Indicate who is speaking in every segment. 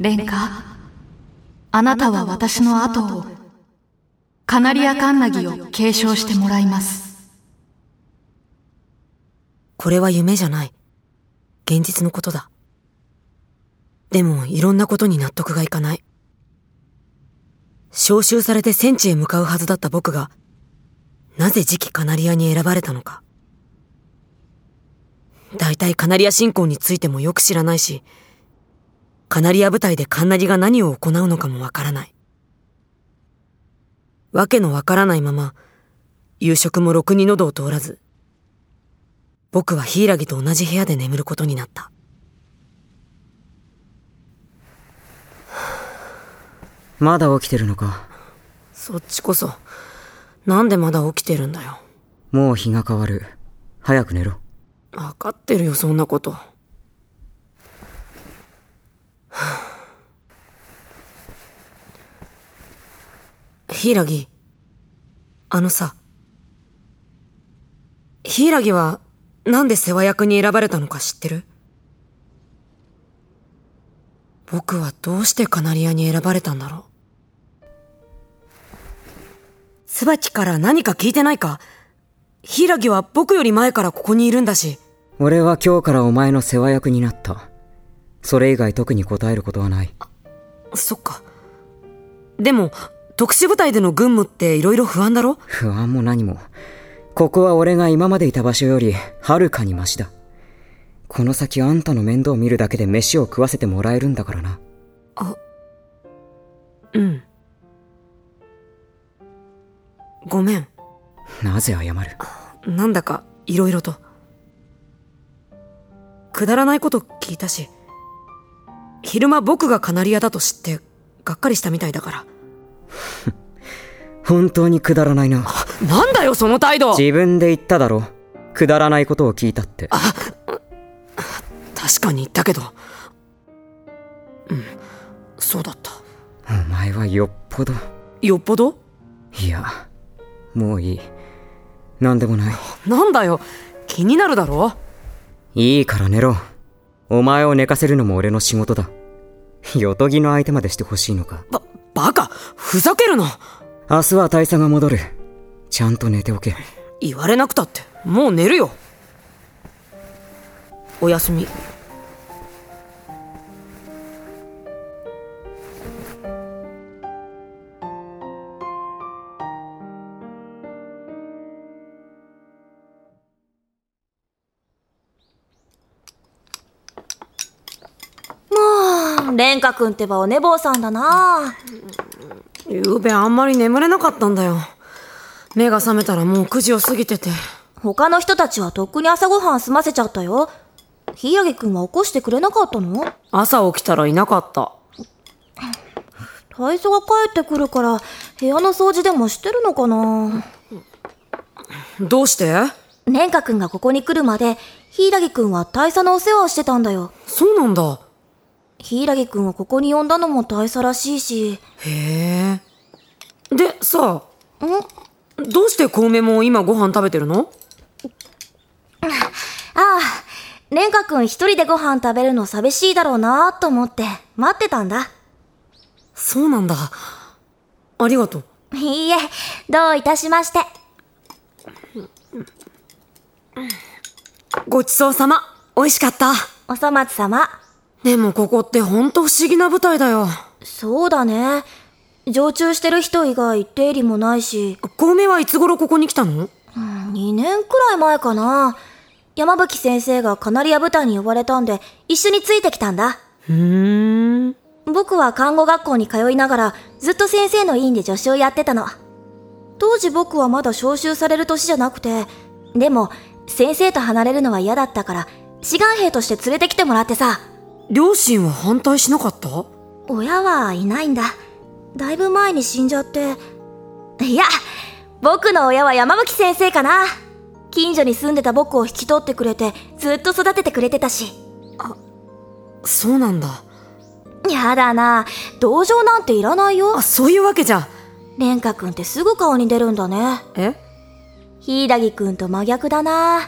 Speaker 1: レンカあなたは私の後をカナリアカンナギを継承してもらいます
Speaker 2: これは夢じゃない現実のことだでもいろんなことに納得がいかない召集されて戦地へ向かうはずだった僕がなぜ次期カナリアに選ばれたのか大体カナリア信仰についてもよく知らないしカナリア部隊でカンナリが何を行うのかもわからないわけのわからないまま夕食もろくに喉を通らず僕は柊と同じ部屋で眠ることになった
Speaker 3: まだ起きてるのか
Speaker 2: そっちこそなんでまだ起きてるんだよ
Speaker 3: もう日が変わる早く寝ろ
Speaker 2: 分かってるよそんなこと柊あのさ柊はなんで世話役に選ばれたのか知ってる僕はどうしてカナリアに選ばれたんだろう椿から何か聞いてないか柊は僕より前からここにいるんだし
Speaker 3: 俺は今日からお前の世話役になったそれ以外特に答えることはない
Speaker 2: そっかでも特殊部隊での軍務って色々不安だろ
Speaker 3: 不安も何もここは俺が今までいた場所よりはるかにマシだこの先あんたの面倒見るだけで飯を食わせてもらえるんだからな
Speaker 2: あうんごめん
Speaker 3: なぜ謝る
Speaker 2: なんだか色々とくだらないこと聞いたし昼間僕がカナリアだと知ってがっかりしたみたいだから
Speaker 3: 本当にくだらないな
Speaker 2: なんだよその態度
Speaker 3: 自分で言っただろくだらないことを聞いたって
Speaker 2: あ確かに言ったけどうんそうだった
Speaker 3: お前はよっぽど
Speaker 2: よっぽど
Speaker 3: いやもういい何でもない
Speaker 2: なんだよ気になるだろ
Speaker 3: いいから寝ろお前を寝かせるのも俺の仕事だよとぎの相手までしてほしいのか
Speaker 2: ばバカふざけるな
Speaker 3: 明日は大佐が戻るちゃんと寝ておけ
Speaker 2: 言われなくたってもう寝るよおやすみ
Speaker 4: 蓮華くんってばお寝坊さんだな
Speaker 2: ゆうべあんまり眠れなかったんだよ目が覚めたらもう9時を過ぎてて
Speaker 4: 他の人たちはとっくに朝ごはん済ませちゃったよひやげくんは起こしてくれなかったの
Speaker 2: 朝起きたらいなかった
Speaker 4: 体操が帰ってくるから部屋の掃除でもしてるのかな
Speaker 2: どうして
Speaker 4: 蓮華くんがここに来るまで柊くんは大佐のお世話をしてたんだよ
Speaker 2: そうなんだ
Speaker 4: 柊くんをここに呼んだのも大佐らしいし。
Speaker 2: へえ。で、さあ。んどうして小梅も今ご飯食べてるの
Speaker 4: ああ、蓮華くん一人でご飯食べるの寂しいだろうなと思って待ってたんだ。
Speaker 2: そうなんだ。ありがと
Speaker 4: う。いいえ、どういたしまして。
Speaker 2: ごちそうさま。美味しかった。
Speaker 4: おそ松様。
Speaker 2: でもここってほんと不思議な舞台だよ。
Speaker 4: そうだね。常駐してる人以外出入りもないし。
Speaker 2: 小梅はいつ頃ここに来たの
Speaker 4: うん、2年くらい前かな。山吹先生がカナリア部隊に呼ばれたんで、一緒についてきたんだ。
Speaker 2: ふーん。
Speaker 4: 僕は看護学校に通いながら、ずっと先生の院で助手をやってたの。当時僕はまだ召集される年じゃなくて、でも、先生と離れるのは嫌だったから、志願兵として連れてきてもらってさ。
Speaker 2: 両親は反対しなかった
Speaker 4: 親はいないんだ。だいぶ前に死んじゃって。いや、僕の親は山吹先生かな。近所に住んでた僕を引き取ってくれて、ずっと育ててくれてたし。
Speaker 2: あ、そうなんだ。
Speaker 4: やだな。同情なんていらないよ。
Speaker 2: あ、そういうわけじゃ。
Speaker 4: 蓮華くんってすぐ顔に出るんだね。
Speaker 2: え
Speaker 4: 柊くんと真逆だな。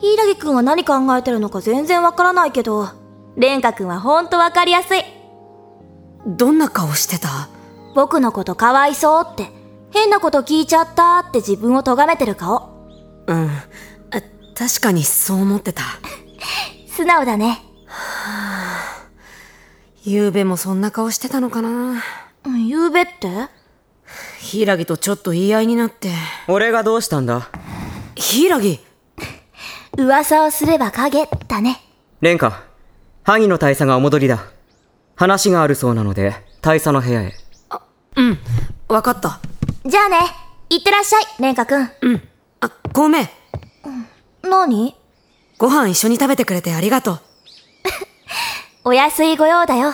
Speaker 4: 柊くんは何考えてるのか全然わからないけど、蓮華くんはほんとわかりやすい。
Speaker 2: どんな顔してた
Speaker 4: 僕のことかわいそうって、変なこと聞いちゃったって自分を咎めてる顔。
Speaker 2: うん。あ確かにそう思ってた。
Speaker 4: 素直だね。
Speaker 2: 昨べもそんな顔してたのかな
Speaker 4: うんゆうべって
Speaker 2: 柊とちょっと言い合いになって。
Speaker 3: 俺がどうしたんだ
Speaker 2: 柊
Speaker 4: 噂をすれば影だね。
Speaker 3: 蓮華、萩の大佐がお戻りだ。話があるそうなので、大佐の部屋へ。
Speaker 2: うん。わかった。
Speaker 4: じゃあね、いってらっしゃい、蓮華くん。
Speaker 2: うん。あ、ごめん。
Speaker 4: 何
Speaker 2: ご飯一緒に食べてくれてありがとう。
Speaker 4: お安い御用だよ。